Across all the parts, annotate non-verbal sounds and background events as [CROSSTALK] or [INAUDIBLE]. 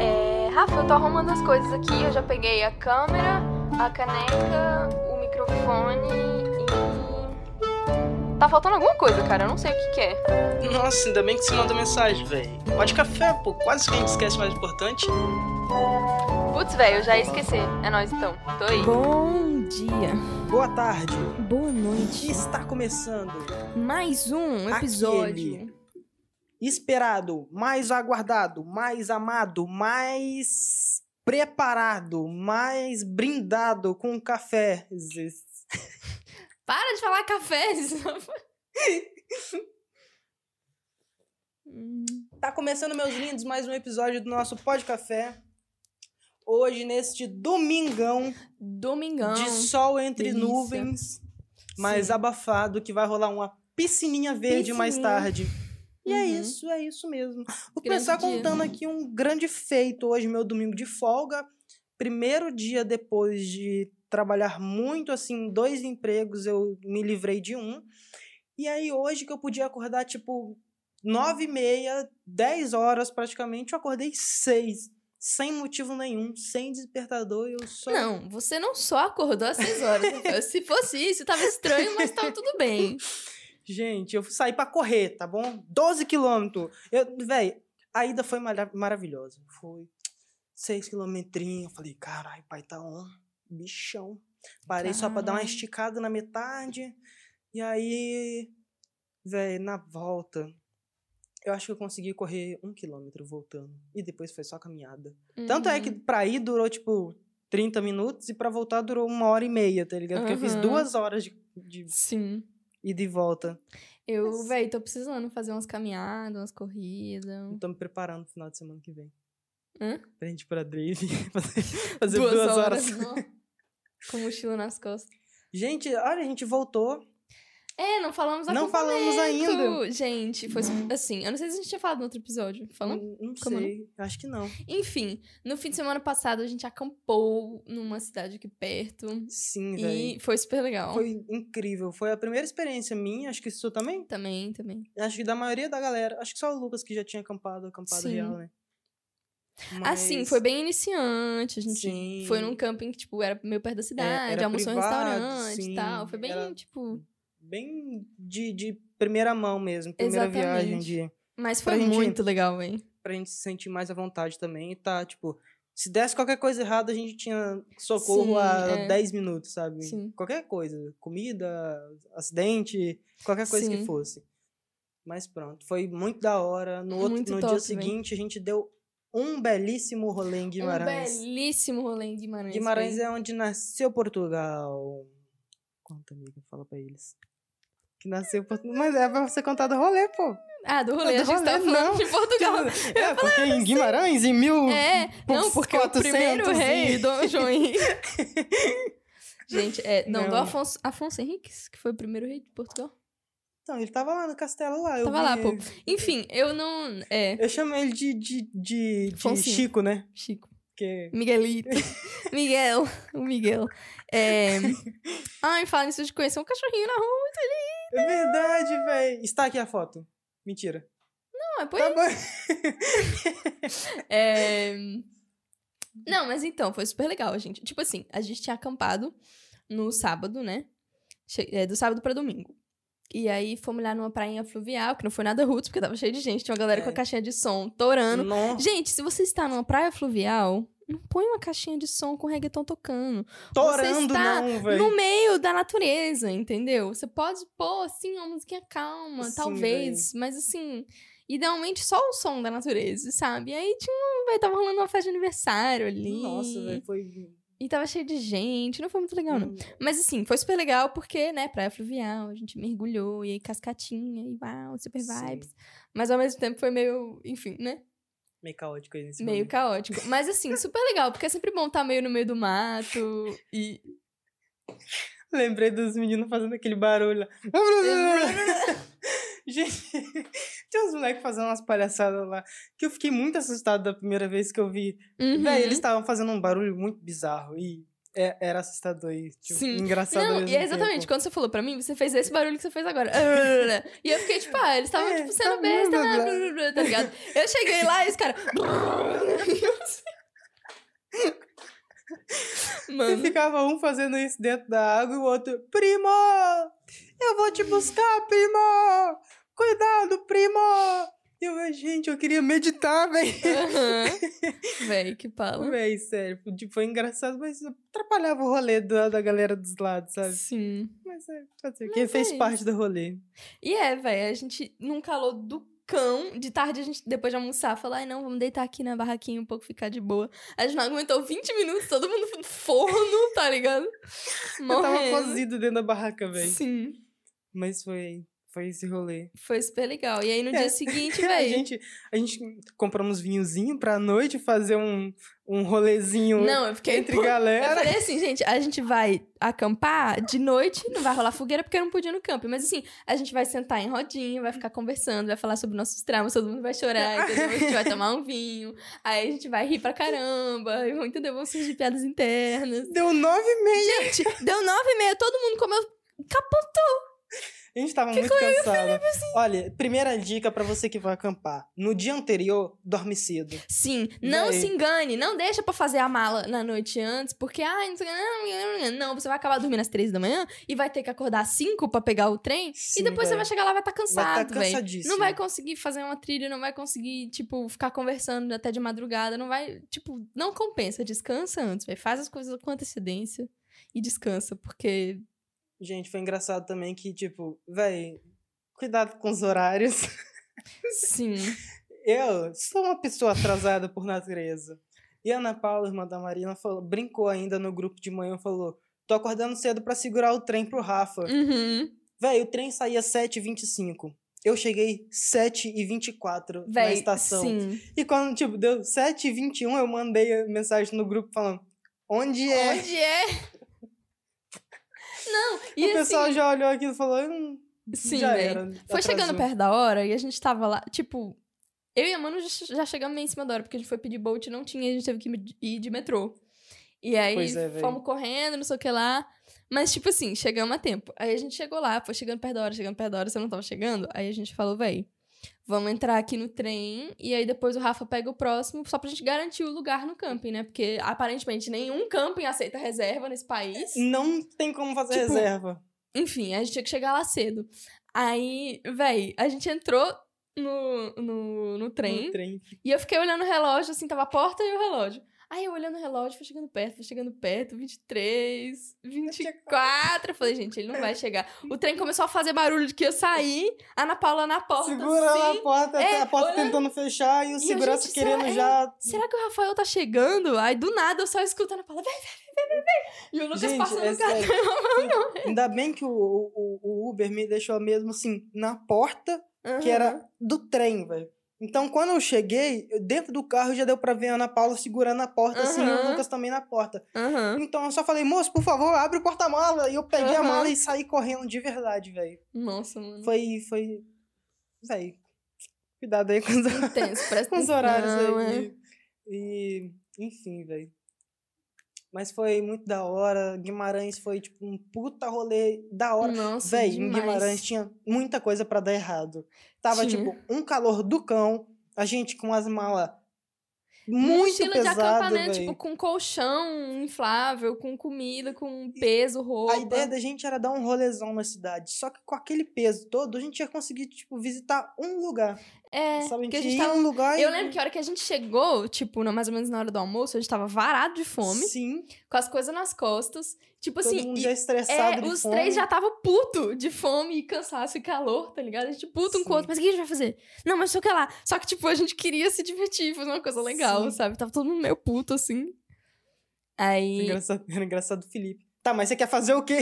É, Rafa, eu tô arrumando as coisas aqui. Eu já peguei a câmera, a caneca, o microfone e. Tá faltando alguma coisa, cara. Eu não sei o que, que é. Nossa, ainda bem que você mandou mensagem, velho. Pode café, pô. Quase que a gente esquece o mais importante. Putz, velho, eu já ia esquecer. É nóis então. Tô aí. Bom dia, Boa tarde. boa noite. Está começando. Mais um episódio. Aquele Esperado, mais aguardado, mais amado, mais preparado, mais brindado com café. Para de falar café. [LAUGHS] Hum, Tá começando, meus lindos, mais um episódio do nosso Pod Café. Hoje, neste domingão Domingão. de sol entre delícia. nuvens, mas Sim. abafado, que vai rolar uma piscininha verde mais Piscininha. tarde. E é Uhum. isso, é isso mesmo. Vou Grande começar dia. contando aqui um grande feito. Hoje, meu domingo de folga. Primeiro dia depois de trabalhar muito, assim, dois empregos, eu me livrei de um. E aí, hoje que eu podia acordar, tipo, nove e meia, dez horas praticamente, eu acordei seis. Sem motivo nenhum, sem despertador, eu só... Não, você não só acordou às seis horas. né? Se fosse isso, tava estranho, mas tava tudo bem. Gente, eu saí pra correr, tá bom? 12 quilômetros. Eu, véi, a ida foi mara- maravilhosa. Foi 6 quilometrinhos. Eu falei, caralho, pai tá on. Bichão. Parei só pra dar uma Caralho. esticada na metade. E aí, véi, na volta, eu acho que eu consegui correr um quilômetro voltando. E depois foi só caminhada. Tanto Uhum. é que pra ir durou, tipo, 30 minutos e pra voltar durou uma hora e meia, tá ligado? Porque eu fiz Aham. duas horas de, de Sim. ida e volta. Eu, Mas- véi, tô precisando fazer umas caminhadas, umas corridas. Eu Então, tô me preparando pro final de semana que vem. Hã? Pra gente ir pra Drive. [LAUGHS] Fazer, fazer duas, horas. ó, Com mochila nas costas. Gente, olha, a gente voltou. É, não falamos não falamos ainda. Tudo, Gente, foi su- assim. Eu não sei se a gente tinha falado no outro episódio. Falamos? Hum, Não, não Como não? sei. Acho que não. Enfim, no fim de semana passado a gente acampou numa cidade aqui perto. Sim, velho. E foi super legal. Foi incrível. Foi a primeira experiência minha. Acho que isso também. Também, também. Acho que da maioria da galera. Acho que só o Lucas que já tinha acampado, acampado Sim. real, né? Assim, foi bem iniciante. A gente Sim. É, foi num camping que, tipo, era meio perto da cidade, era almoçou em um privado, restaurante sim, e tal. Foi bem, era- tipo. Bem de, de primeira mão mesmo. Primeira viagem Exatamente. de. Mas Pra foi gente- muito legal, hein? pra gente se sentir mais à vontade também e tá, tipo, se desse qualquer coisa errada, a gente tinha socorro Sim, há é. 10 minutos, sabe? Sim. Qualquer coisa, comida, acidente, qualquer coisa que Sim. fosse. Mas pronto, foi muito da hora. No, outro, Muito no top, dia véi. seguinte, a gente deu um belíssimo rolê em Guimarães. Um belíssimo rolê em Guimarães. Guimarães véi. é onde nasceu Portugal. Conta, amiga, fala pra eles. Que nasceu Portugal. Mas é pra você contar do rolê, pô. Ah, do rolê. do a gente tava rolê, falando não. de [LAUGHS] Portugal. É, porque em Guimarães, em mil, É, não, porque o 400 primeiro e- rei, Dom [LAUGHS] João Henrique. Gente, é, não, Não. do Afonso, Afonso Henriques, que foi o primeiro rei de Portugal. Não, Então, ele tava lá no castelo lá. Eu Tava lá, pô. ele. Enfim, eu não. É, Eu chamo ele de, de, de, de Foncinho. Chico, né? Chico. Porque [LAUGHS] Miguelito. Miguel. O Miguel. É. Ai, fala nisso de conhecer um cachorrinho na rua. é verdade, véi. Está aqui a foto. Mentira. Não, é por Tá bom. É... Não, mas então, foi super legal, gente. Tipo assim, a gente tinha acampado no sábado, né? Che- é, do sábado pra domingo. E aí fomos lá numa prainha fluvial, que não foi nada roots, porque tava cheio de gente. Tinha uma galera É. Hum. com a caixinha de som torando. Nossa, Gente, se você está numa praia fluvial, não põe uma caixinha de som com reggaeton tocando. torando está não, véi. No meio da natureza, entendeu? Você pode pôr, assim, uma musiquinha calma, Sim, talvez, mas assim, idealmente só o som da natureza, sabe? E aí tinha um. Véio, tava rolando uma festa de aniversário ali. Nossa, velho, Hum. foi... E tava cheio de gente, não foi muito legal, não. Mas assim, foi super legal porque, né, praia fluvial, a gente mergulhou, e aí cascatinha, e uau, super Sim. vibes. Mas ao mesmo tempo foi meio, enfim, né? Meio caótico aí nesse Meio momento. caótico. Mas assim, super legal, porque é sempre bom estar meio no meio do [LAUGHS] mato. E. Lembrei dos meninos fazendo aquele barulho lá. [LAUGHS] Gente, [LAUGHS] tinha uns moleques fazendo umas palhaçadas lá. Que eu fiquei muito assustado da primeira vez que eu vi. Uhum. Véi, eles estavam fazendo um barulho muito bizarro e é- era assustador e tipo, Sim. engraçado. ao Não, mesmo e é exatamente, tempo. quando você falou pra mim, você fez esse barulho que você fez agora. [LAUGHS] e eu fiquei tipo, ah, eles estavam É, tipo sendo tá besta, blá, blá, [LAUGHS] tá ligado? Eu cheguei lá e os caras. E Mano, ficava um fazendo isso dentro da água e o outro, primo! Eu vou te buscar, primo! Cuidado, primo! E eu, gente, eu queria meditar, [LAUGHS] velho. aham. Véi, que pala. Véi, sério, tipo, foi engraçado, mas atrapalhava o rolê da, da galera dos lados, sabe? Sim. Mas é, fazer o quê? Mas é Fez isso. parte do rolê. E é, véi, a gente, num calor do cão, de tarde a gente, depois de almoçar, falou, ai não, vamos deitar aqui na barraquinha um pouco, ficar de boa. A gente não aguentou 20 minutos, todo mundo no forno, tá ligado? Eu tava Morrendo. cozido dentro da barraca, velho. Sim. Mas foi, foi esse rolê. Foi super legal. E aí no É. dia [LAUGHS] seguinte, A véi. gente, a gente compramos vinhozinho pra noite fazer um, um rolezinho Não, eu fiquei entre puta. Eu galera. falei assim, gente, a gente vai acampar de noite, não vai rolar fogueira porque eu não podia no campo. Mas assim, a gente vai sentar em rodinha, vai ficar conversando, vai falar sobre nossos traumas, todo mundo vai chorar, entendeu? A gente vai tomar um vinho, aí a gente vai rir pra caramba, e vão- entendeu? Vão surgir piadas internas. Deu nove e meia. Gente, deu nove e meia, todo mundo comeu. Capotou. A gente tava muito cansada. assim? Olha, primeira dica pra você que vai acampar. No dia anterior, dorme cedo. Sim, não Véi. se engane, não deixa pra fazer a mala na noite antes, porque, ai, não sei o que, não, não, não, não, você vai acabar dormindo às três da manhã e vai ter que acordar às cinco pra pegar o trem. Sim, e depois você véi. vai chegar lá e vai estar Vai cansado, tá velho. cansadíssimo. Não vai conseguir fazer uma trilha, não vai conseguir, tipo, ficar conversando até de madrugada, não vai, tipo, não compensa, descansa antes, velho. Faz as coisas com antecedência e descansa, [LAUGHS] porque Gente, foi engraçado também que, tipo, véi, cuidado com os horários. [LAUGHS] sim. Eu sou uma pessoa atrasada por natureza. E a Ana Paula, irmã da Marina, falou, brincou ainda no grupo de manhã, falou: tô acordando cedo pra segurar o trem pro Rafa. Uhum. Véi, o trem saía 7h25. Eu cheguei 7h24 na [LAUGHS] Véi, estação. Sim. E quando, tipo, deu 7h21, eu mandei a mensagem no grupo falando: onde é? Onde [LAUGHS] é? Não, E e o pessoal assim, já olhou aquilo e falou: hum, sim, já véi. era. Foi chegando atrasou." perto da hora e a gente tava lá, tipo, eu e a Manu já já chegamos meio em cima da hora, porque a gente foi pedir Bolt e não tinha, e a gente teve que me- ir de metrô. E aí Pois é, véi. fomos correndo, não sei o que lá. Mas, tipo assim, chegamos a tempo. Aí a gente chegou lá, foi chegando perto da hora, chegando perto da hora, você não tava chegando? Aí a gente falou, véi, vamos entrar aqui no trem e aí depois o Rafa pega o próximo, só pra gente garantir o lugar no camping, né? Porque aparentemente nenhum camping aceita reserva nesse país. Não tem como fazer Tipo, reserva. Enfim, a gente tinha que chegar lá cedo. Aí, véi, a gente entrou no, no, no trem. No trem. E eu fiquei olhando o relógio, assim, tava a porta e o relógio. Aí eu olhando o relógio, fui chegando perto, fui chegando perto, 23, 24. Eu falei, gente, ele não vai chegar. O trem começou a fazer barulho de que eu saí, a Ana Paula na porta. Segura assim. a porta, É, a porta olhando. tentando fechar e o eu, segurança gente, querendo será- é. já. Será que o Rafael tá chegando? Aí do nada eu só escuto a Ana Paula, vem, vem, vem, vem, vem. E o Lucas Gente, passando é no cartão. [LAUGHS] sério. Ainda bem que o, o, o Uber me deixou mesmo assim, na porta, que era do trem, velho. Então, quando eu cheguei, eu- dentro do carro já deu pra ver a Ana Paula segurando a porta, assim, e o Aham. Lucas também na porta. Aham. Então, eu só falei, moço, por favor, abre o porta-mala. E eu peguei a Aham. mala e saí correndo de verdade, velho. Nossa, mano. Foi, foi... Véi, cuidado aí com os, Intenso, parece com os horários Não, é. aí. né? de- E, enfim, velho. Mas foi muito da hora. Guimarães foi, tipo, um puta rolê da hora. Nossa, Véi, em demais. Guimarães tinha muita coisa pra dar errado. Tava, Tinha. tipo, um calor do cão, a gente com as malas muito Mochila de pesada, acampamento, velho. tipo, com colchão inflável, com comida, com peso, roupa. a ideia da gente era dar um rolezão na cidade. Só que com aquele peso todo, a gente ia conseguir, tipo, visitar um lugar. É, sabe? porque a gente gente ia em tava... um lugar Eu e... lembro que a hora que a gente chegou, tipo, na- mais ou menos na hora do almoço, a gente tava varado de fome, Sim, com as coisas nas costas. Tipo todo assim, mundo e- já estressado é, de os fome. três já tava puto de fome e cansaço e calor, tá ligado? A gente puto um Sim. com o outro, mas o que a gente vai fazer? Não, mas sei o que lá. Só que, tipo, a gente queria se divertir, fazer uma coisa legal, Sim. sabe? Tava todo mundo meio puto, assim. Aí. [LAUGHS] Engraçado, era engraçado o Felipe. Tá, mas você quer fazer [LAUGHS] o quê?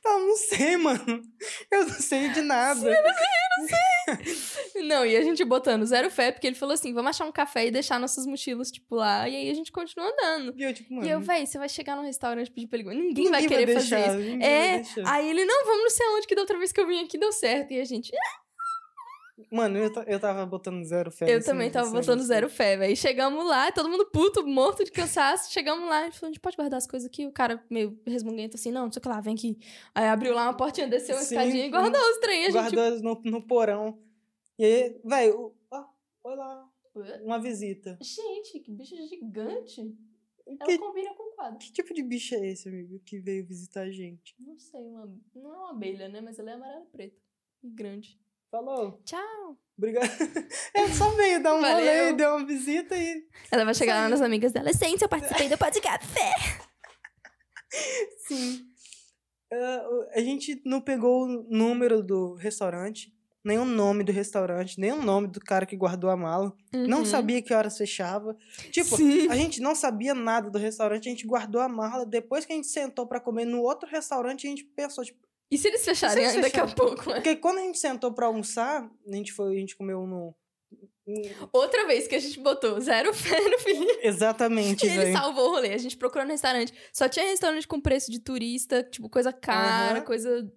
tá, não sei, mano. Eu não sei de nada. né? Não, e a gente botando zero fé, porque ele falou assim: vamos achar um café e deixar nossas mochilas, tipo, lá. E aí a gente continua andando. E eu, tipo, mano... E eu, véi, você vai chegar num restaurante pedir pra ele. Ninguém, ninguém vai querer fazer deixar, isso. ninguém vai É, deixar. aí ele, não, vamos não sei aonde, que da outra vez que eu vim aqui deu certo. E a gente, Mano, eu, ta- eu tava botando zero fé. eu nesse também negócio, tava botando zero sério. fé, velho. Chegamos lá, todo mundo puto, morto de cansaço. Chegamos lá, ele falou, a gente pode guardar as coisas aqui? O cara meio resmunguento assim, não, não sei o que lá, vem aqui. Aí abriu lá uma portinha, desceu uma Sim, escadinha e sim. guardou os trem. A gente, Guardou no, no porão. E aí, velho, ó, olha lá. uma visita. tipo, Gente, que bicho gigante. Ela Que, combina com o quadro. que tipo de bicho é esse, amigo, que veio visitar a gente? Não sei, uma... não é uma abelha, né? Mas ela é amarela e preta. E grande. Falou. Tchau. [LAUGHS] Obrigado. Ele só veio dar um Valeu. rolê, deu uma visita e Ela vai chegar lá Saiu. nas amigas dela. Licença, eu participei do podcast. Sim. Ah, o- a gente não pegou o número do restaurante, nem o nome do restaurante, nem o nome do cara que guardou a mala. Uhum. Não sabia que horas fechava. Tipo, Sim. a gente não sabia nada do restaurante, a gente guardou a mala. Depois que a gente sentou pra comer no outro restaurante, a gente pensou, tipo, E se eles fecharem E se eles daqui a pouco? né? porque quando a gente sentou pra almoçar, a gente foi, a gente comeu no Outra vez que a gente botou zero fé no [LAUGHS] Felipe. Exatamente, E ele velho. salvou o rolê. A gente procurou no restaurante. Só tinha restaurante com preço de turista, tipo, coisa cara, Aham. coisa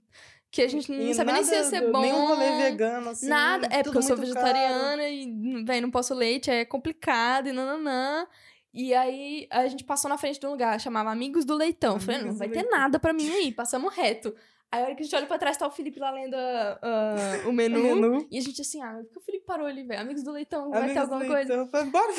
que a gente não E sabia nem se ia nada ser do- bom. né? Nem um rolê vegano, assim. Nada. É, tudo porque eu sou muito caro. vegetariana e, véi, não posso leite, é complicado e nananã. E aí, a gente passou na frente de um lugar, chamava Amigos do Leitão. Eu Falei, não, Amigos não vai do ter Leitão. nada pra mim aí, passamos reto. Aí, a hora que a gente olha pra trás, tá o Felipe lá lendo ah, [LAUGHS] ah, o menu. Menu. E a gente assim, ah, por que o Felipe parou ali, velho? Amigos do Leitão, vai ter Amigos alguma do coisa? É, Leitão. Falei, Bora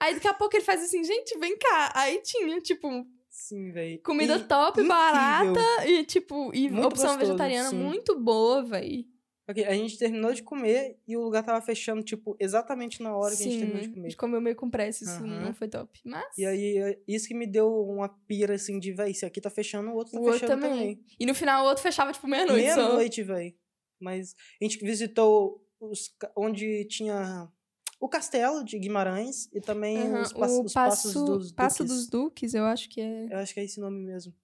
Aí, daqui a pouco, ele faz assim, gente, vem cá. Aí tinha, tipo, Sim, velho. comida top, barata e, tipo, e Muito opção gostoso, vegetariana sim. muito boa, velho. Ok, a gente terminou de comer e o lugar tava fechando, tipo, exatamente na hora que a gente terminou de a comer. gente comeu meio com pressa, isso Aham. não foi top. Mas. E aí, é- isso que me deu uma pira, assim, de, véi, esse aqui tá fechando, o outro tá O outro fechando também. também. E no final o outro fechava tipo meia-noite só. Meia-noite, véi. Mas a gente visitou os, ca- onde tinha o castelo de Guimarães e também Aham, os, pass- o os passos passo- dos Passo Duques. dos Duques, eu acho que é. Eu acho que é esse nome mesmo.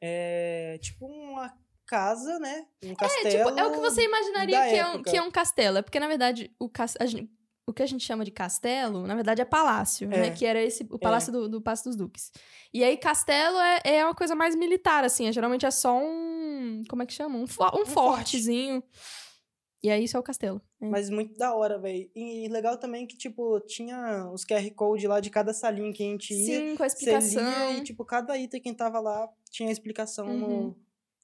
É tipo uma casa, né? Um É, castelo. tipo, é o que você imaginaria da que é, um, época. que é um castelo. É porque, na verdade, o, cas- a gen- o que a gente chama de castelo, na verdade, é palácio, né? É. Que era esse, o palácio do, do Passo dos Duques. E aí, castelo é, é uma coisa mais militar, assim. é- geralmente é só um. Como é que chama? Um, fo- um forte. fortezinho. E aí, isso é o castelo. É. Mas muito da hora, velho. E legal também que, tipo, tinha os QR Code lá de cada salinha que a gente ia. Sim, com a Você explicação. Uhum. lia e, tipo, cada item que tava lá tinha a explicação no,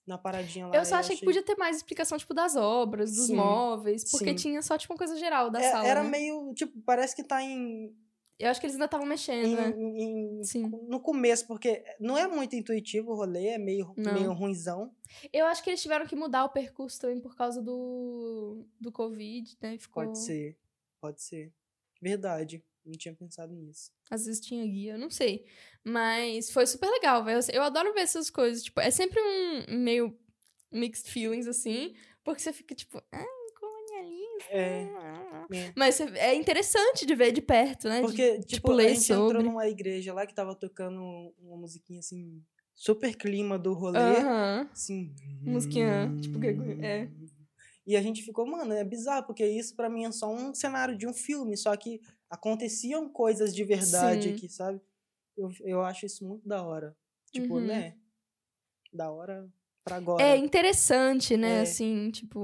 na paradinha lá. Eu só e achei que podia ter mais explicação, tipo, das obras, dos Ah, Sim, móveis, porque sim. tinha só, tipo, uma coisa geral da É, sala. Era né? meio, tipo, parece que tá em, Eu acho que eles ainda estavam mexendo, em- né? em- Sim. no começo, porque não é muito intuitivo o rolê, é meio, Não. meio ruinzão. Eu acho que eles tiveram que mudar o percurso também por causa do, do Covid, né? Ficou... Pode ser, pode ser. Verdade, não tinha pensado nisso. Às vezes tinha guia, eu não sei. Mas foi super legal, velho. Eu adoro ver essas coisas. Tipo, é sempre um meio mixed feelings, assim, porque você fica, tipo, ah, colonialismo. É, É. Mas você- é interessante de ver de perto, né? De- porque, tipo, a ler gente entrou sobre. numa igreja lá que tava tocando uma musiquinha, assim, super clima do rolê. Aham. Sim. Musiquinha, tipo, grego- é. E a gente ficou, mano, é bizarro, porque isso pra mim é só um cenário de um filme, só que aconteciam coisas de verdade Sim. aqui, sabe? Eu, eu acho isso muito da hora. Tipo, Uhum. né? Da hora pra agora. É interessante, né? É. Assim, tipo.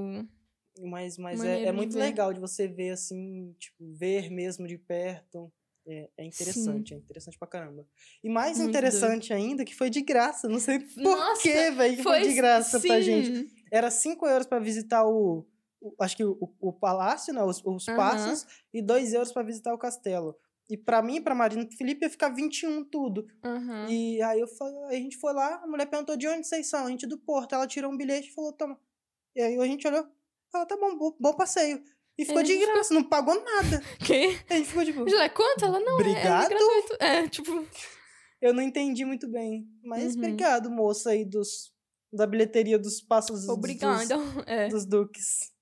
mas mas é- é, maneiro de muito ver. legal de você ver assim, tipo, ver mesmo de perto. É, é interessante, é interessante pra caramba. E mais Muito doido. interessante ainda que foi de graça. Não sei por Nossa, que, velho, que foi de graça pra gente. era 5 euros pra visitar o, o- acho que o, o palácio, né, os, os Aham. passos, e 2 euros pra visitar o castelo. E pra mim, pra Marina e pro Felipe ia ficar 21 tudo. Aham. E aí eu falei, aí a gente foi lá, a mulher perguntou de onde vocês são, a gente do Porto, ela tirou um bilhete e falou, toma. E aí a gente olhou, ela tá bom, bom, bom passeio. E ficou a de gente ficou- graça, não pagou nada. Quê? A gente ficou tipo, [LAUGHS] Angela, é quanto? Ela não é. Obrigado? É gratuito. É, tipo. eu não entendi muito bem. Mas Uhum. obrigado, moça aí dos da bilheteria dos passos dos- Obrigado. É. dos, dos duques.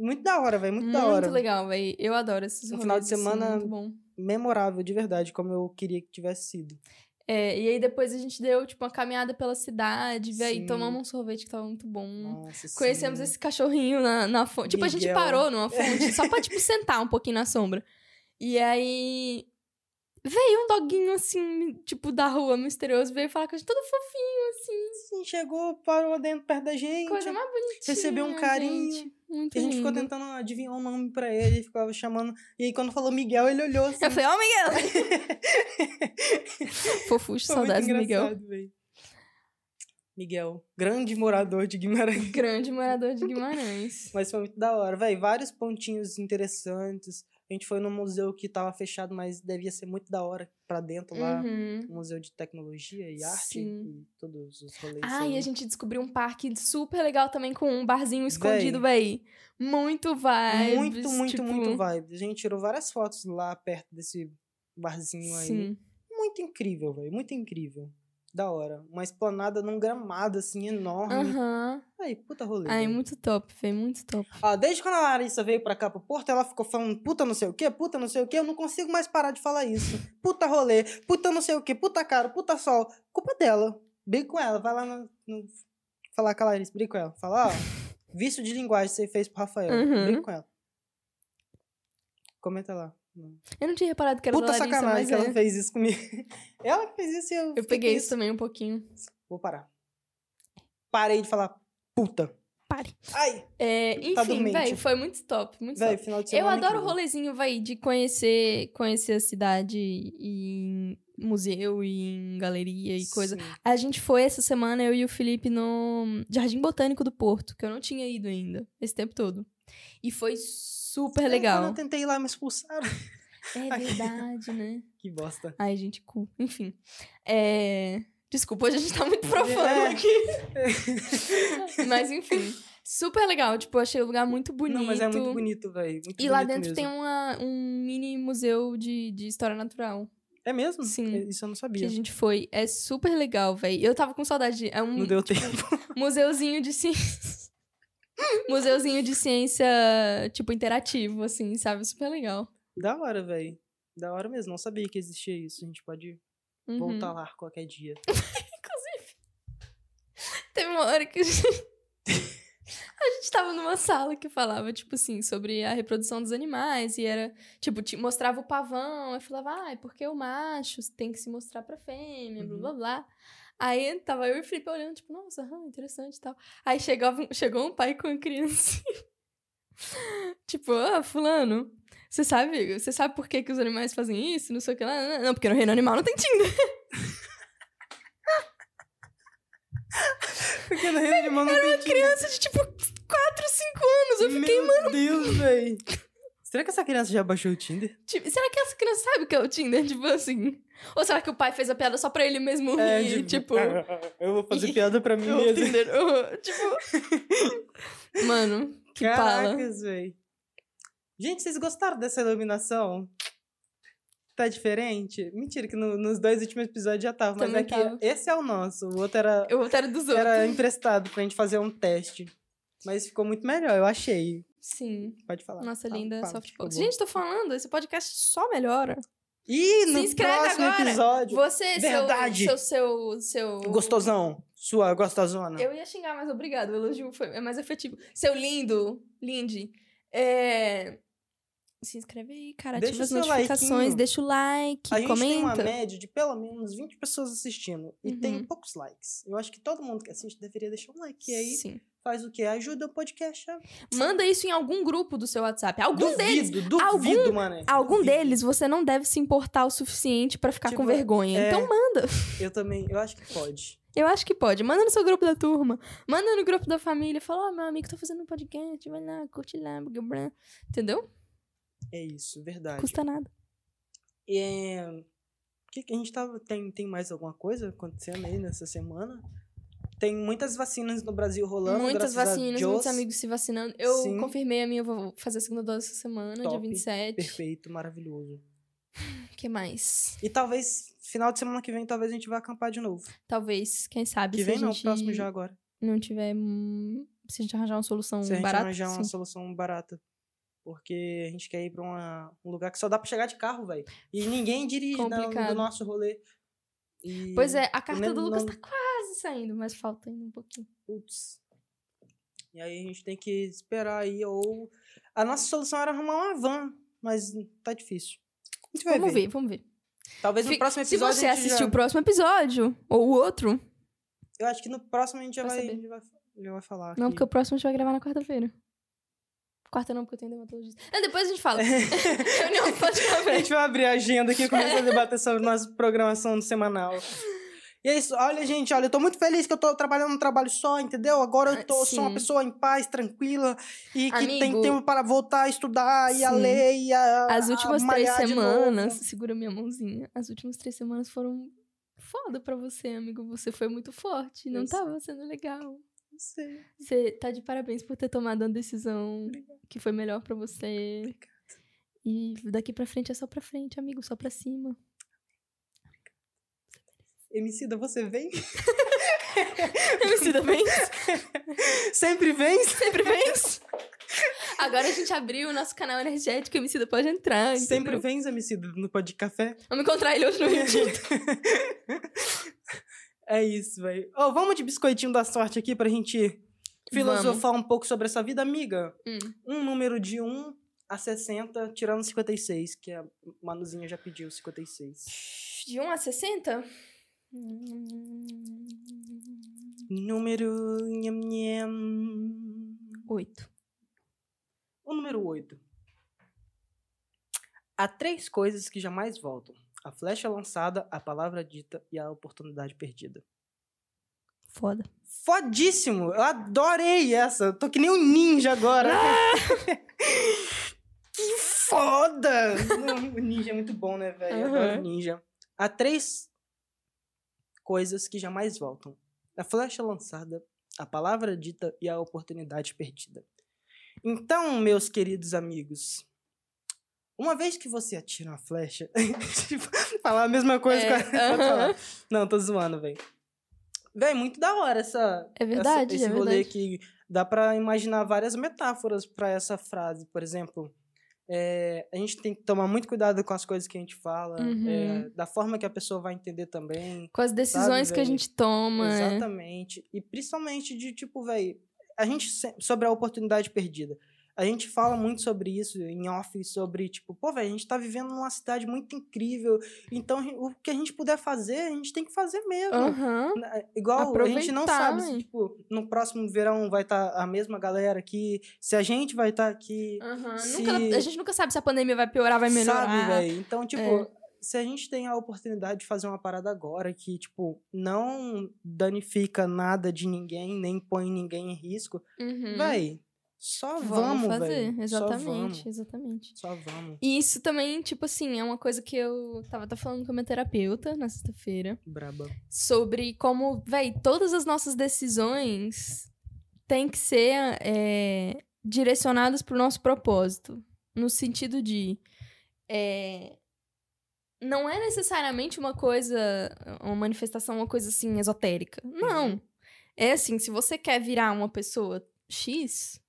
Muito da hora, velho, muito, Muito da hora. legal, véi. Eu adoro esses No rolês, final de assim, semana- muito bom. memorável de verdade, como eu queria que tivesse sido. É, e aí depois a gente deu, tipo, uma caminhada pela cidade, véi. Sim. Tomamos um sorvete que tava muito bom. Nossa, sim. Hum. Conhecemos esse cachorrinho na, na fonte. Tipo, a gente Miguel. É. parou numa fonte só pra, tipo, sentar um pouquinho na sombra. E aí. Veio um doguinho assim, tipo, da rua misterioso, veio falar com a gente todo fofinho, assim. Sim, chegou, parou dentro perto da gente. Coisa mais bonitinha. recebeu um carinho. gente. Muito E a gente ficou lindo. tentando adivinhar um nome pra ele, ficava chamando. E aí, quando falou Miguel, ele olhou assim. Eu falei, ó, [LAUGHS] Miguel! Fofuxo, Foi muito saudades do Miguel. engraçado, véi. Miguel, grande morador de Guimarães. [LAUGHS] Grande morador de Guimarães. Mas foi muito da hora, velho. Vários pontinhos interessantes. A gente foi num museu que tava fechado, mas devia ser muito da hora pra dentro [LAUGHS] lá. Uhum. um Museu de Tecnologia e Arte Sim. e todos os rolês. Ah, aí. e a gente descobriu um parque super legal também com um barzinho escondido, véi. Muito vibes. Muito, muito, tipo, muito vibe. A gente tirou várias fotos lá perto desse barzinho aí. Sim. Muito incrível, velho. Muito incrível. Da hora. Uma esplanada num gramado, assim, enorme. Aham. Aí, puta rolê. Ah. Ai, véi. muito top, véi. Muito top. Ah, desde quando a Larissa veio pra cá pro Porto, ela ficou falando puta não sei o quê, puta não sei o quê. Eu não consigo mais parar de falar isso. Puta rolê, puta não sei o quê, puta cara, puta sol. Culpa dela. Briga com ela. Vai lá no, no- falar com a Larissa. Briga com ela. Fala, ó, vício de linguagem que você fez pro Rafael. Uhum. Briga com ela. Comenta lá. Eu não tinha reparado que era Puta da Larissa, sacanagem mas que ela é. fez isso comigo. [LAUGHS] Ela que fez isso e eu. Eu fiquei com peguei isso também um pouquinho. Vou parar. Parei de falar puta. Pare. Ai, É, Tá enfim, dormente. véi, foi muito top, muito velho, top. final de Eu semana. adoro o incrível. rolezinho, véi, de conhecer, conhecer a cidade em museu e em galeria e coisa. Sim. A gente foi essa semana, eu e o Felipe, no Jardim Botânico do Porto, que eu não tinha ido ainda, esse tempo todo. E foi super É, Quando legal. eu tentei ir lá, me expulsaram. [LAUGHS] É verdade, né? Que bosta. Ai, gente, cu. Enfim. É... Desculpa, hoje a gente tá muito profano É. aqui. mas enfim, super legal. Tipo, eu achei o lugar muito bonito. Não, mas é muito bonito, velho. E lá dentro tem uma- um mini museu de, de história natural É mesmo? Sim. É, Isso eu não que a sabia. gente foi. É super legal, velho. Eu tava com saudade. de- É um, Não deu tempo. [LAUGHS] Museuzinho de ciência. [LAUGHS] Museuzinho de ciência, tipo, interativo, assim, sabe? Super legal. da hora, velho. Da hora mesmo. Não sabia que existia isso. A gente pode Uhum. voltar lá qualquer dia. [LAUGHS] Teve uma hora que a gente... [LAUGHS] a gente tava numa sala que falava, tipo assim, sobre a reprodução dos animais. E era, tipo, te mostrava o pavão. Aí falava, ah, é porque o macho tem que se mostrar pra fêmea, Uhum. blá, blá, blá. Aí tava eu e o Felipe olhando, tipo, nossa, aham, interessante e tal. Aí chegava, um- chegou um pai com a criança. [LAUGHS] tipo, ah, fulano, você sabe, você sabe por que, que os animais fazem isso? Não sei o que lá. Não, não, porque no reino animal não tem Tinder. Porque no Reino de Mano Era uma Criança de tipo 4, 5 anos. Eu fiquei, Meu Deus, velho. Será que essa criança já baixou [LAUGHS] o Tinder? Tipo, será que essa criança sabe o que é o Tinder? [LAUGHS] Tipo assim. Ou será que o pai fez a piada só pra ele mesmo É, rir? tipo. [LAUGHS] Eu vou fazer Ih, [LAUGHS] piada pra mim é o mesmo. Tinder. [LAUGHS] oh, tipo. Mano, que pala. Caracas, velho. Gente, vocês gostaram dessa iluminação? Tá diferente? Mentira, que no- nos dois últimos episódios já tava, mas Também é que tava. esse é o nosso. O outro era, Eu era dos outros. era emprestado pra gente fazer um teste. Mas ficou muito melhor, eu achei. Sim. Pode falar. Nossa, Fala, linda fala, soft ficou box. bom. Gente, tô falando, esse podcast só melhora. Ih, no se inscreve próximo agora. episódio. Você, seu- Verdade. seu. Seu. seu, Gostosão. Sua gostosona. Eu ia xingar, mas obrigado. O elogio foi, é mais efetivo. Seu lindo, Lindy. É... Se inscreve aí, cara. Deixa ativa o as seu notificações, likeinho. deixa o like, A gente tem uma comenta. média de pelo menos 20 pessoas assistindo. E tem Uhum. poucos likes. Eu acho que todo mundo que assiste deveria deixar um like. E aí Sim. faz o quê? Ajuda o podcast a Manda isso em algum grupo do seu WhatsApp. Algum duvido, deles. duvido, algum- mané. Algum Duvido. deles você não deve se importar o suficiente pra ficar Tipo, com vergonha. é. Então manda. Eu também, eu acho que pode. Eu acho que pode. Manda no seu grupo da turma. Manda no grupo da família. Fala, ó, meu amigo, tô fazendo um podcast. Vai lá, curte lá. blá, blá." Entendeu? É isso, verdade. Custa nada. É, que que a gente tava tem tem mais alguma coisa acontecendo aí nessa semana? Tem muitas vacinas no Brasil rolando, Muitas graças a vacinas, Deus. muitos amigos se vacinando. Eu Sim. confirmei a minha, eu vou fazer a segunda dose essa semana, dia Top, 27. Perfeito, maravilhoso. O que mais? E talvez final de semana que vem talvez a gente vá acampar de novo. Talvez, quem sabe, que se a vem não, gente próximo já agora. não tiver. hum, Se a gente arranjar uma solução Se a gente barata. arranjar uma sim. solução barata. Porque a gente quer ir pra uma- um lugar que só dá pra chegar de carro, velho. E ninguém dirige na, no Complicado. nosso rolê. E- Pois é, a carta nem- do Lucas não- tá quase saindo, mas falta ainda um pouquinho. Putz. E aí a gente tem que esperar aí, ou. A nossa solução era arrumar uma van, mas tá difícil. A gente vai vamos ver. vamos ver. Talvez no Fi- próximo Se episódio. você a gente assistiu o já... próximo episódio, ou o outro, Eu acho que no próximo a gente já Pra vai, saber. já vai, já vai falar. não, aqui. porque o próximo a gente vai gravar na quarta-feira. Quarta não, porque eu tenho dermatologista. Ah, depois a gente [LAUGHS] fala. [LAUGHS] Reunião pode A café. gente vai abrir a agenda aqui e começar a debater sobre nossa programação semanal. E é isso. Olha, gente, olha, eu tô muito feliz que eu tô trabalhando num trabalho só, entendeu? Agora eu Ah, tô, sou uma sim. pessoa em paz, tranquila, e que tem Amigo. tempo para voltar a estudar, e a Sim. ler, e a. As a últimas três malhar de novo. semanas, segura minha mãozinha. As últimas três semanas foram foda pra você, amigo. Você foi muito forte, não Eu sei. tava sendo legal. Não sei. Você tá de parabéns por ter tomado uma decisão que foi melhor pra você. E daqui pra frente é só pra frente, amigo, só pra [LAUGHS] cima. Emicida, você vem? [LAUGHS] Emicida vem, [LAUGHS] Sempre vem? sempre vem. Agora a gente abriu o nosso canal energético, Emicida pode entrar. Sempre entendeu? vem, Emicida, no Pó de Café? Vamos encontrar ele hoje no Rio de [LAUGHS] É isso, velho. Ô, vamos de biscoitinho da sorte aqui pra gente filosofar um pouco sobre essa vida, amiga. Hum. Um número de 1 a 60, tirando 56, que a Manuzinha já pediu 56. De 1 a 60? Número. nham, nham. 8. O número 8. Há três coisas que jamais voltam: a flecha lançada, a palavra dita e a oportunidade perdida. Foda. Fodíssimo! Eu adorei essa! Eu Tô que nem um ninja agora! [LAUGHS] que foda! Não, o ninja é muito bom, né, velho? Eu Adoro Aham. ninja. Há três coisas que jamais voltam: a flecha lançada, a palavra dita e a oportunidade perdida. Então, meus queridos amigos, uma vez que você atira uma flecha. [LAUGHS] falar a mesma coisa É, que eu acabo de aham. falar. Não, tô zoando, velho. Véi, muito da hora essa, É verdade, essa- esse é rolê verdade. que dá pra imaginar várias metáforas pra essa frase. Por exemplo, é, a gente tem que tomar muito cuidado com as coisas que a gente fala, Uhum. é, da forma que a pessoa vai entender também. Com as decisões que a velho? gente toma. é. Exatamente. E principalmente de tipo, velho, a gente se- sobre a oportunidade perdida. A gente fala muito sobre isso em off, sobre tipo, pô, velho, a gente tá vivendo numa cidade muito incrível, então o que a gente puder fazer, a gente tem que fazer mesmo. Aham. Na- Igual a gente não Aproveitar, sabe se, hein? tipo, no próximo verão vai estar a mesma galera aqui, se a gente vai estar aqui. Aham. Se- Nunca- A gente nunca sabe se a pandemia vai piorar, vai melhorar. Sabe, velho? Então, tipo, É. se a gente tem a oportunidade de fazer uma parada agora que, tipo, não danifica nada de ninguém, nem põe ninguém em risco, Uhum. véi, só vamos, Vamos fazer, véi, só exatamente, vamos, exatamente. Só vamos. E isso também, tipo assim, é uma coisa que eu tava até falando com a minha terapeuta na sexta-feira. Braba. sobre como, véi, todas as nossas decisões têm que ser é, direcionadas pro nosso propósito. No sentido de. é, não é necessariamente uma coisa, uma manifestação, uma coisa assim, esotérica. Não. É assim, se você quer virar uma pessoa X,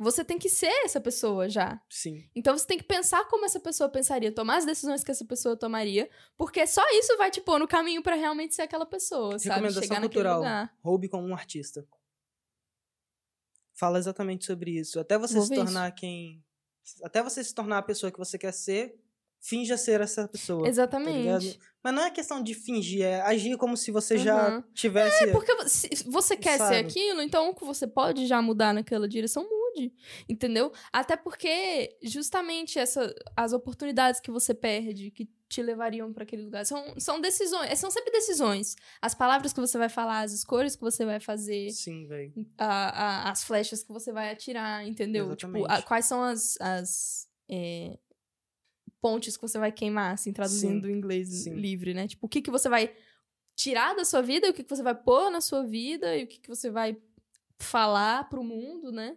você tem que ser essa pessoa já. Sim. Então você tem que pensar como essa pessoa pensaria, tomar as decisões que essa pessoa tomaria, porque só isso vai te pôr no caminho pra realmente ser aquela pessoa, sabe? Recomendação Chegar naquele cultural. lugar. Roube como um artista. Fala exatamente sobre isso. Até você Vou se ver isso. tornar quem. Até você se tornar a pessoa que você quer ser, finja ser essa pessoa. Exatamente. Mas não é questão de fingir, é agir como se você já Aham. tivesse. Uhum. É, Porque vo- se você quer Sabe? ser aquilo, então o que você pode já mudar naquela direção, mude. Entendeu? Até porque, justamente, essa, as oportunidades que você perde, que te levariam para aquele lugar, são, são decisões. São sempre decisões. As palavras que você vai falar, as escolhas que você vai fazer. Sim, velho. a- a- as flechas que você vai atirar, entendeu? Tipo, a- Exatamente. quais são as, as é, pontes que você vai queimar, assim, traduzindo o inglês sim. livre, né? Tipo, o que, que você vai tirar da sua vida, e o que, que você vai pôr na sua vida e o que, que você vai falar pro mundo, né?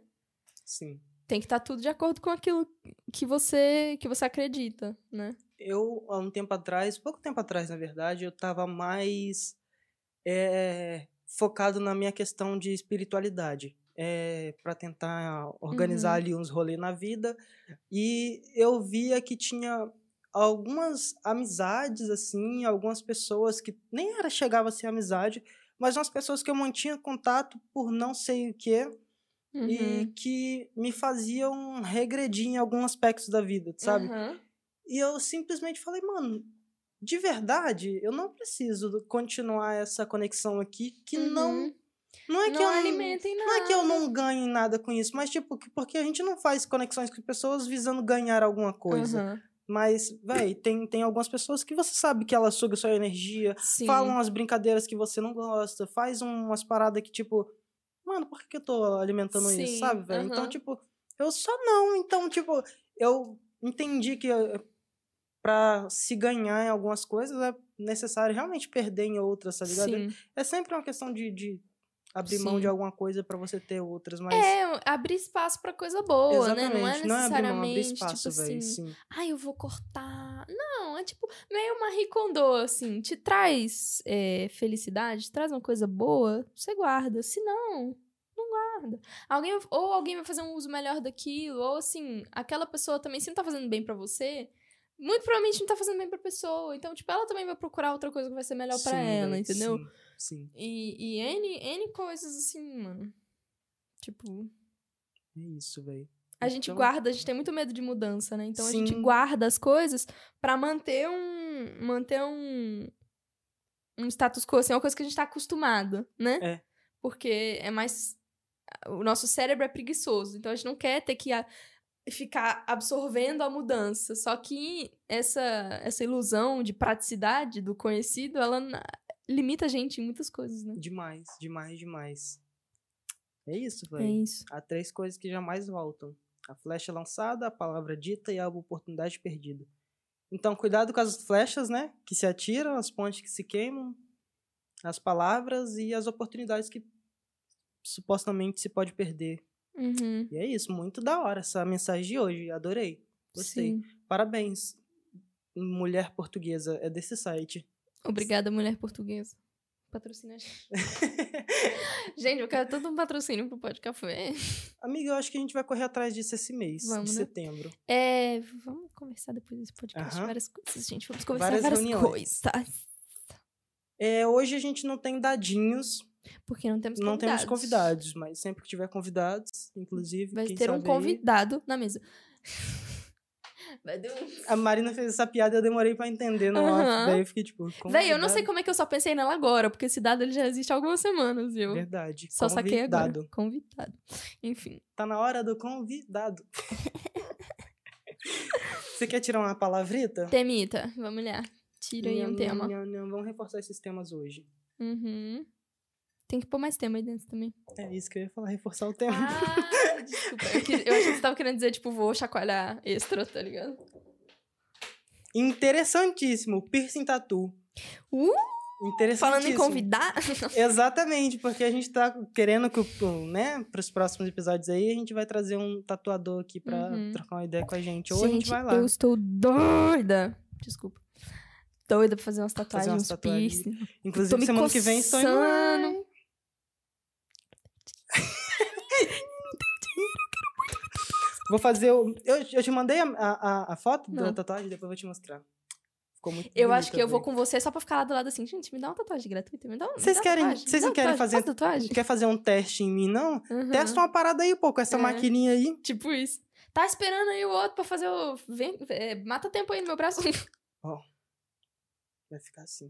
Sim. Tem que estar tudo de acordo com aquilo que você que você acredita, né? Eu, há um tempo atrás, pouco tempo atrás, na verdade, eu tava mais é, focado na minha questão de espiritualidade. É, para tentar organizar Uhum. ali uns rolês na vida. E eu via que tinha algumas amizades, assim, algumas pessoas que nem era chegava a ser amizade, mas umas pessoas que eu mantinha contato por não sei o quê. Uhum. e que me faziam regredir em alguns aspectos da vida, sabe? Aham. E eu simplesmente falei, mano, de verdade, eu não preciso do- continuar essa conexão aqui, que não. Uhum. Não é que não eu não. alimentem nada. Não é que eu não ganho nada com isso, mas tipo, que- porque a gente não faz conexões com pessoas visando ganhar alguma coisa. Aham. Mas, véi, tem, tem algumas pessoas que você sabe que elas sugam sua energia, Sim. falam as brincadeiras que você não gosta, faz umas paradas que, tipo, mano, por que, que eu tô alimentando Sim, isso, sabe, velho? Então, aham. tipo, eu só não. Então, tipo, eu entendi que eh, pra se ganhar em algumas coisas é necessário realmente perder em outras, tá ligado? Sim. É sempre uma questão de, de abrir mão Sim. de alguma coisa pra você ter outras, mas. É, abrir espaço pra coisa boa, Exatamente, né? Não é não é abrir mão, é necessariamente, abrir espaço, tipo velho. assim, Sim. ai, eu vou cortar. Não, é tipo, meio uma Ricondô, assim, te traz é, felicidade, te traz uma coisa boa, você guarda. Se não, não guarda. Alguém, ou alguém vai fazer um uso melhor daquilo, ou assim, aquela pessoa também, se não tá fazendo bem pra você, muito provavelmente não tá fazendo bem pra pessoa. Então, tipo, ela também vai procurar outra coisa que vai ser melhor pra Sim, ela, véi, entendeu? Sim. sim. E, e N, N coisas assim, mano. Tipo, É isso, velho. a gente Então- guarda, a gente tem muito medo de mudança, né? Então a gente Sim. guarda as coisas pra manter um manter um um status quo, assim, é uma coisa que a gente tá acostumado, né? É. Porque é mais o nosso cérebro é preguiçoso, então a gente não quer ter que a- ficar absorvendo a mudança. Só que essa essa ilusão de praticidade do conhecido, ela na- limita a gente em muitas coisas, né? Demais, demais, demais. É isso, É velho. isso. Há três coisas que jamais voltam: a flecha lançada, a palavra dita e a oportunidade perdida. Então, cuidado com as flechas, né? Que se atiram, as pontes que se queimam, as palavras e as oportunidades que supostamente se pode perder. Uhum. E é isso, muito da hora essa mensagem de hoje. Adorei. Gostei. Sim. Parabéns, mulher portuguesa. É desse site. Obrigada, mulher portuguesa. Patrocina a gente. [LAUGHS] gente, eu quero todo um patrocínio pro Pode Café. Amiga, eu acho que a gente vai correr atrás disso esse mês, Vamos, de né? setembro. É, vamos conversar depois desse podcast. Aham. Várias coisas, gente. Vamos conversar Várias várias, reuniões. coisas. É, hoje a gente não tem dadinhos, Porque não temos não convidados. temos convidados, mas sempre que tiver convidados, inclusive. Vai quem ter um sabe aí- convidado na [LAUGHS] mesa. Vai ter um- A Marina fez essa piada e eu demorei pra entender, não. Aham. Daí eu fiquei tipo. Véi, eu não sei convidado? como é que eu só pensei nela agora, porque esse dado ele já existe há algumas semanas, viu? Verdade. Só saquei agora. convidado. Convidado. Enfim. Tá na hora [LAUGHS] do convidado. Você quer tirar uma palavrita? Temita, vamos olhar. Tira aí Nham, um nham, tema. nham, nham. Vamos reforçar esses temas hoje. Uhum. Tem que pôr mais tema aí dentro também. É isso que eu ia falar, reforçar o tema. Ah, desculpa. Eu, que- eu achei que você tava querendo dizer, tipo, vou chacoalhar extra, tá ligado? Interessantíssimo. Piercing tatu. Uh, Interessantíssimo. falando em convidar. Exatamente, porque a gente tá querendo que, o- né, pros próximos episódios aí, a gente vai trazer um tatuador aqui pra Uhum. trocar uma ideia com a gente. Ou a gente vai lá. eu estou doida. Desculpa. Doida pra fazer umas tatuagens, Fazer umas uns tatuagens. piercing. Tô Inclusive, me semana que vem estou indo lá. coçando. Vou fazer o. Eu, eu te mandei a, a, a foto da Não. tatuagem, depois eu vou te mostrar. Ficou muito Eu acho bonita, que eu vou velho. com você só pra ficar lá do lado assim. Gente, me dá uma tatuagem gratuita. Me dá uma me Vocês dá uma querem- tatuagem, me vocês dá não uma querem tatuagem, faz Quer fazer um teste em mim, não? tatuagem? Uhum. Testa uma parada aí, pô, com essa É. maquininha aí. Tipo isso. Tá esperando aí o outro pra fazer o. Vem, é, mata tempo aí no meu braço. Vai ficar assim.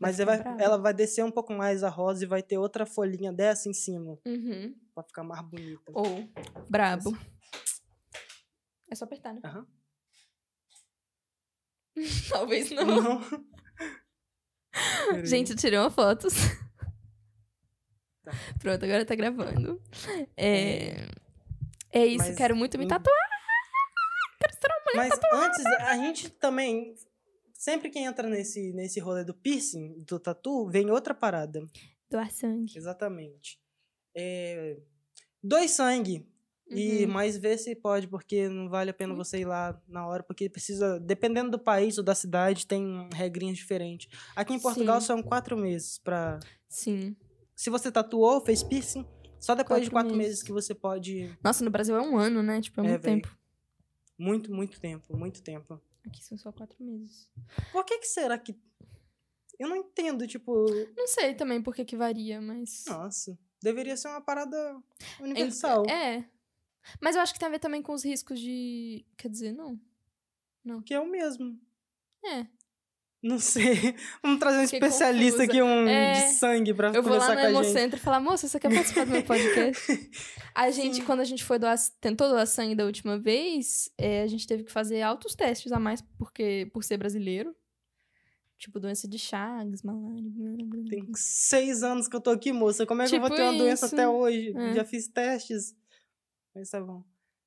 Mas ficar ela vai- brava. ela vai descer um pouco mais a rosa e vai ter outra folhinha dessa em cima, Uhum. pra ficar mais bonita. Ou brabo. É só apertar, né? Aham. [LAUGHS] Talvez não. [LAUGHS] Não. Peraí. Gente, eu tirei uma foto. Tá. Pronto, agora tá gravando. É, é isso, Mas quero muito me em- tatuar. Mas "Tá antes, a gente também. Sempre quem entra nesse, nesse rolê do piercing, do tatu, vem outra parada. Doar sangue. Exatamente. É, doe sangue. E Uhum. mais ver se pode, porque não vale a pena você ir lá na hora, porque precisa, dependendo do país ou da cidade, tem regrinhas diferentes. Aqui em Portugal Sim. são quatro meses para Sim. Se você tatuou, fez piercing, só depois de Quatro quatro meses meses. que você pode. Nossa, no Brasil é um ano, né? Tipo, é É, muito véi. tempo. Muito, muito tempo, muito tempo. Aqui são só quatro meses. Por que, que será que. Eu não entendo, tipo. Não sei também por que que varia, mas... Nossa. Deveria ser uma parada Ent- universal. É. Mas eu acho que tem a ver também com os riscos de... Quer dizer, não. Que é o mesmo. É. Não sei. [LAUGHS] Vamos trazer um Fiquei especialista aqui, um É. de sangue, pra Eu vou lá conversar no com a gente. Hemocentro e falar, moça, você quer participar [LAUGHS] do meu podcast? A gente, quando a gente foi doar, tentou doar sangue da última vez, é, a gente teve que fazer altos testes a mais porque, por ser brasileiro. Tipo, doença de Chagas, malária. blá, blá, blá. Tem seis anos que eu tô aqui, moça. Como é que eu vou Tipo ter uma doença isso. até hoje? É. Já fiz testes. Mas tá bom.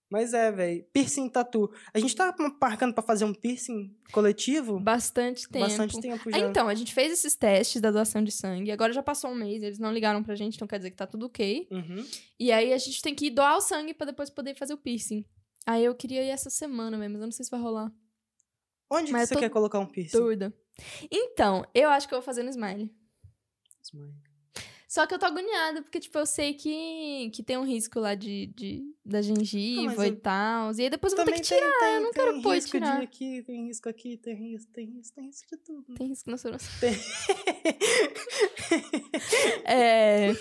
Mas é, velho. Piercing e tatu. A gente tá marcando pra fazer um piercing coletivo? Bastante tempo. Bastante tempo Ah, já. então, a gente fez esses testes da doação de sangue, agora já passou um mês, eles não ligaram pra gente, então quer dizer que tá tudo ok. Uhum. E aí a gente tem que ir doar o sangue pra depois poder fazer o piercing. Aí eu queria ir essa semana mesmo, mas eu não sei se vai rolar. Onde que Mas eu você tô quer colocar um piercing? Doida. Então, eu acho que eu vou fazer no smile. Só que eu tô agoniada, porque, tipo, eu sei que, que tem um risco lá de, de, da Ah, mas gengiva eu- e tal. E aí depois eu vou ter que tirar. tem, tem, eu não quero tem pôr e risco tirar. de aqui, tem risco aqui, tem risco, tem risco, tem risco de tudo. Tem risco na soroça. [LAUGHS] Tem. [LAUGHS] é.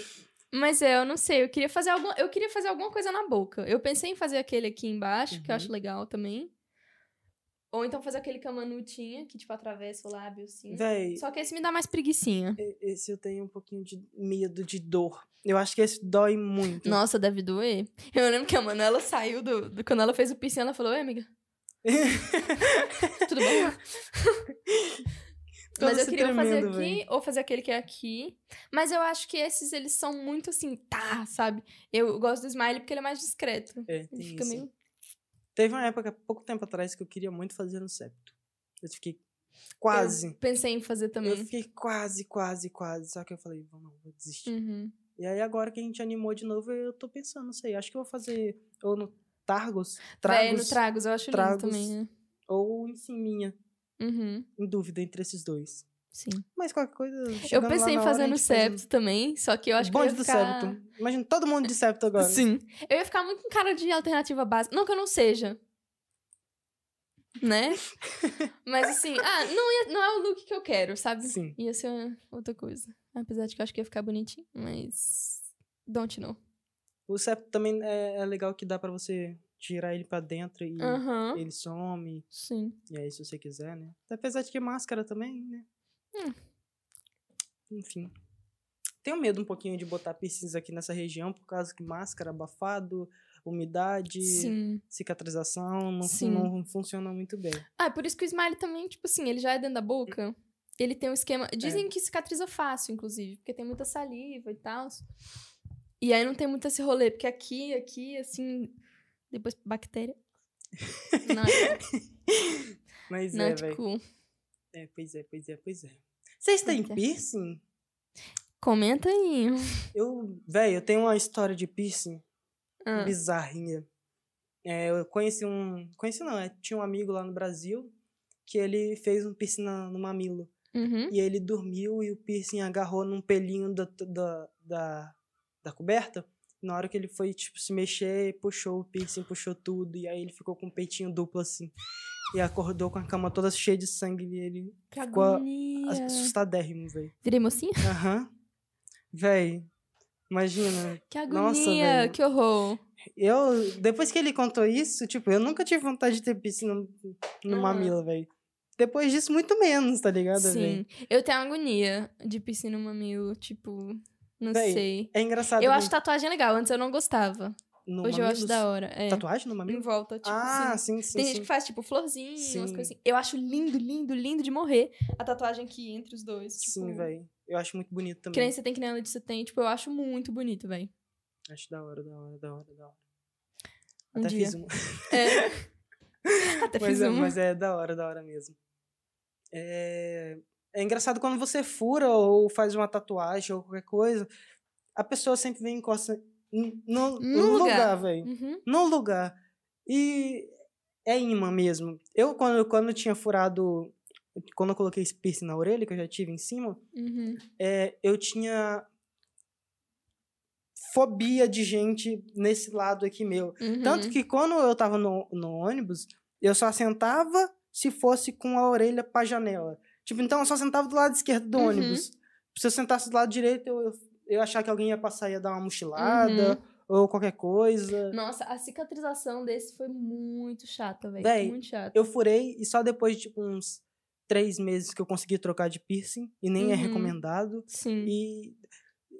Mas é, eu não sei, eu queria fazer algum, eu queria fazer alguma coisa na boca. Eu pensei em fazer aquele aqui embaixo, que eu Uhum. acho legal também. Ou então fazer aquele que a Manu tinha, que tipo atravessa o lábio assim. Véi, Só que esse me dá mais preguiçinha. e- esse eu tenho um pouquinho de medo de dor. Eu acho que esse dói muito. Nossa, deve doer. Eu lembro que a Manu, ela saiu do, do- Quando ela fez o piercing, ela falou, Oi, [LAUGHS] amiga. Tudo bom? Todo Mas eu se queria fazer tremendo, aqui véi. ou fazer aquele que é aqui. Mas eu acho que esses, eles são muito assim, tá, sabe? Eu gosto do smile porque ele é mais discreto. É, Ele tem fica isso. meio... Teve uma época, pouco tempo atrás, que eu queria muito fazer no septo. Eu fiquei quase. Eu pensei em fazer Eu, também. fiquei quase, quase, quase. Só que eu falei, vou não, vou desistir. Uhum. E aí agora que a gente animou de novo, eu tô pensando, não sei, acho que eu vou fazer ou no Targos, Tragos, Véi, no Tragos, eu acho tragos. lindo também, né? ou em Siminha. Uhum, Em dúvida entre esses dois. sim. Mas qualquer coisa. eu pensei em fazer no septo também, só que eu acho que eu um Bonde ia do ficar... septo. Imagina todo mundo de septo agora. Sim. Eu ia ficar muito com cara de alternativa básica. Não que eu não seja. [LAUGHS] Né? Mas assim, ah, não, ia- não é o look que eu quero, sabe? Sim. Ia ser outra coisa. Apesar de que eu acho que ia ficar bonitinho, mas. Don't know. O septo também é, é legal que dá pra você tirar ele pra dentro Hum. e Aham. ele some. Sim. E aí, se você quiser, né? Apesar de que máscara também, né? Hum. Enfim. Tenho medo um pouquinho de botar piercings aqui nessa região, por causa que máscara, abafado, umidade, Sim. cicatrização, não, Sim. não funciona muito bem. Ah, é por isso que o smile também, tipo assim, ele já é dentro da boca. Ele tem um esquema. É. Dizem que cicatriza fácil, inclusive, porque tem muita saliva e tal. E aí não tem muito esse rolê, porque aqui, aqui, assim. Depois [LAUGHS] bactéria. Não, Mas não é, é velho. cool. É, pois é, pois é, pois é. Vocês têm Pois é. piercing? Comenta aí. Eu, velho, eu tenho uma história de piercing Ah, bizarrinha. É, eu conheci um. Conheci não, é, tinha um amigo lá no Brasil que ele fez um piercing na- no mamilo. uhum. E ele dormiu e o piercing agarrou num pelinho da, da, da, da coberta. Na hora que ele foi, tipo, se mexer, puxou o piercing, puxou tudo. E aí ele ficou com o peitinho duplo, assim. E acordou com a cama toda cheia de sangue. E ele Que ficou a- agonia. assustadérrimo, velho. Virei mocinha? Aham. Véi, imagina. Que Nossa, agonia, velho. que horror. Eu, depois que ele contou isso, tipo, eu nunca tive vontade de ter piercing no, no Aham. mamilo, velho. Depois disso, muito menos, tá ligado, Sim. velho? Eu tenho agonia de piscina no mamilo, tipo, não Véi, sei. É engraçado. Eu né? acho tatuagem legal, antes eu não gostava. No Hoje eu acho mamilos? da hora. É. Tatuagem no Em mamilo? volta, tipo ah, assim. sim, sim, Tem sim. gente que faz, tipo, florzinha, umas Sim. coisas assim. Eu acho lindo, lindo, lindo de morrer a tatuagem aqui entre os dois. Tipo, Sim, velho. Eu acho muito bonito Que nem também. você tem, que nem a Letícia tem. Tipo, eu acho muito bonito, velho. Acho da hora, da hora, da hora, da hora. Um Até dia. fiz [LAUGHS] uma. É. [LAUGHS] Até mas, fiz um. é, uma. mas é da hora, da hora mesmo. É... é engraçado quando você fura ou faz uma tatuagem ou qualquer coisa, a pessoa sempre vem e encosta n- no, no lugar. lugar, velho. Uhum. no lugar. E é imã mesmo. Eu, quando, quando eu tinha furado. Quando eu coloquei esse piercing na orelha, que eu já tive em cima, Uhum. é, eu tinha fobia de gente nesse lado aqui meu. Uhum. Tanto que quando eu tava no, no ônibus, eu só sentava se fosse com a orelha pra janela. Tipo, então eu só sentava do lado esquerdo do Uhum. ônibus. Se eu sentasse do lado direito, eu, eu, eu achava que alguém ia passar e ia dar uma Uhum. mochilada ou qualquer coisa. Nossa, a cicatrização desse foi muito chata, velho. Véi, Muito chata. Eu furei e só depois de tipo, uns três meses que eu consegui trocar de piercing, e nem é Uhum. recomendado. Sim. E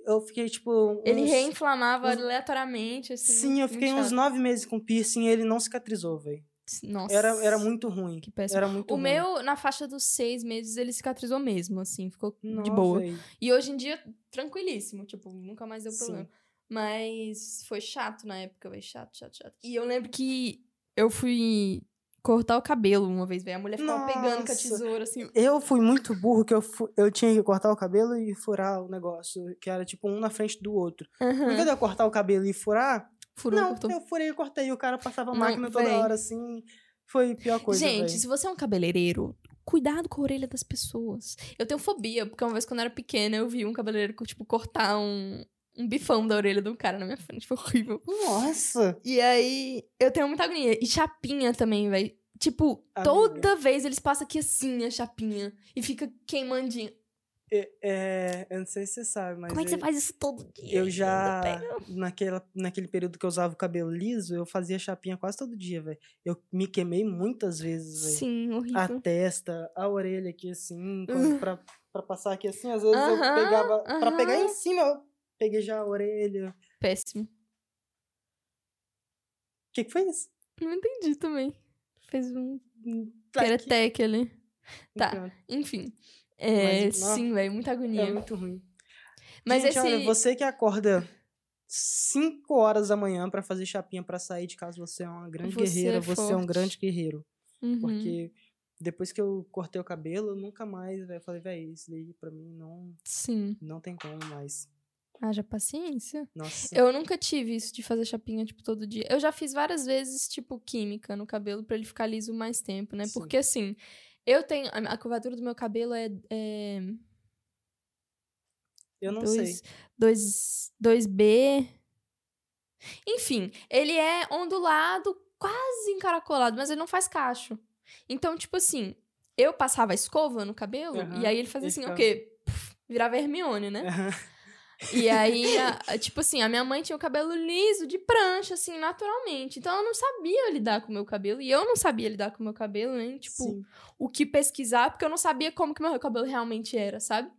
eu fiquei, tipo. Ele uns- reinflamava uns- aleatoriamente, assim. Sim, eu muito fiquei uns chato. nove meses com piercing e ele não cicatrizou, velho. Nossa. Era, era muito ruim. Que péssimo. Era muito O ruim. meu, na faixa dos seis meses, ele cicatrizou mesmo, assim, ficou de Nó, boa. véi. E hoje em dia, tranquilíssimo, tipo, nunca mais deu Sim. problema. Mas foi chato na época, velho, chato, chato, chato. E eu lembro que eu fui cortar o cabelo uma vez, velho, a mulher ficava pegando com a Nossa. tesoura, assim. Eu fui muito burro que eu, fu- eu tinha que cortar o cabelo e furar o negócio, que era tipo um na frente do outro. Em vez Aham. de eu cortar o cabelo e furar, [LAUGHS] Furou, não, cortou. eu furei e cortei. O cara passava a Não, máquina toda véi. hora assim. Foi a pior coisa. Gente, véi. se você é um cabeleireiro, cuidado com a orelha das pessoas. Eu tenho fobia, porque uma vez quando eu era pequena, eu vi um cabeleireiro, co- tipo, cortar um, um bifão da orelha de um cara na minha frente. Foi horrível. Nossa! E aí, eu tenho muita agonia. E chapinha também, velho. Tipo, Amiga. toda vez eles passam aqui assim, a chapinha. E fica queimandinho. É, é, eu não sei se você sabe, mas. Como é que eu- você faz isso todo dia? Eu já, Ainda pega. naquela, naquele período que eu usava o cabelo liso, eu fazia chapinha quase todo dia, velho. Eu me queimei muitas vezes, velho. Sim, A horrível. testa, a orelha aqui assim, quando, pra, pra passar aqui assim, às vezes eu Uhum. Aham, pegava. Pra pegar aham. em cima, eu peguei já a orelha. Péssimo. O que, que foi isso? Não entendi também. Fez um Tá aqui. teretec ali. Tá. Então, Enfim. É, Mas, nossa, sim, velho, muita agonia. É muito ruim. Mas Gente, esse. olha, você que acorda 5 horas da manhã pra fazer chapinha pra sair de casa, você é uma grande Você é guerreira, você é um forte. grande guerreiro. Uhum. Porque depois que eu cortei o cabelo, eu nunca mais, velho, falei, velho, isso daí pra mim não, Sim. não tem como mais. Haja paciência. Nossa. Eu nunca tive isso de fazer chapinha, tipo, todo dia. Eu já fiz várias vezes, tipo, química no cabelo pra ele ficar liso mais tempo, né? Sim. Porque assim, eu tenho. A a curvatura do meu cabelo é. é Eu, não dois, sei. dois- 2B. Enfim, ele é ondulado, quase encaracolado, mas ele não faz cacho. Então, tipo assim, eu passava a escova no cabelo Aham, e aí ele fazia e assim, ficava- o quê? Puf, Virava Hermione, né? Aham. E [LAUGHS] aí, a- a- tipo assim, a minha mãe tinha o cabelo liso, de prancha, assim, naturalmente. Então eu não sabia lidar com o meu cabelo. E eu não sabia lidar com o meu cabelo, nem, tipo, Sim. o que pesquisar, porque eu não sabia como que meu cabelo realmente era, sabe?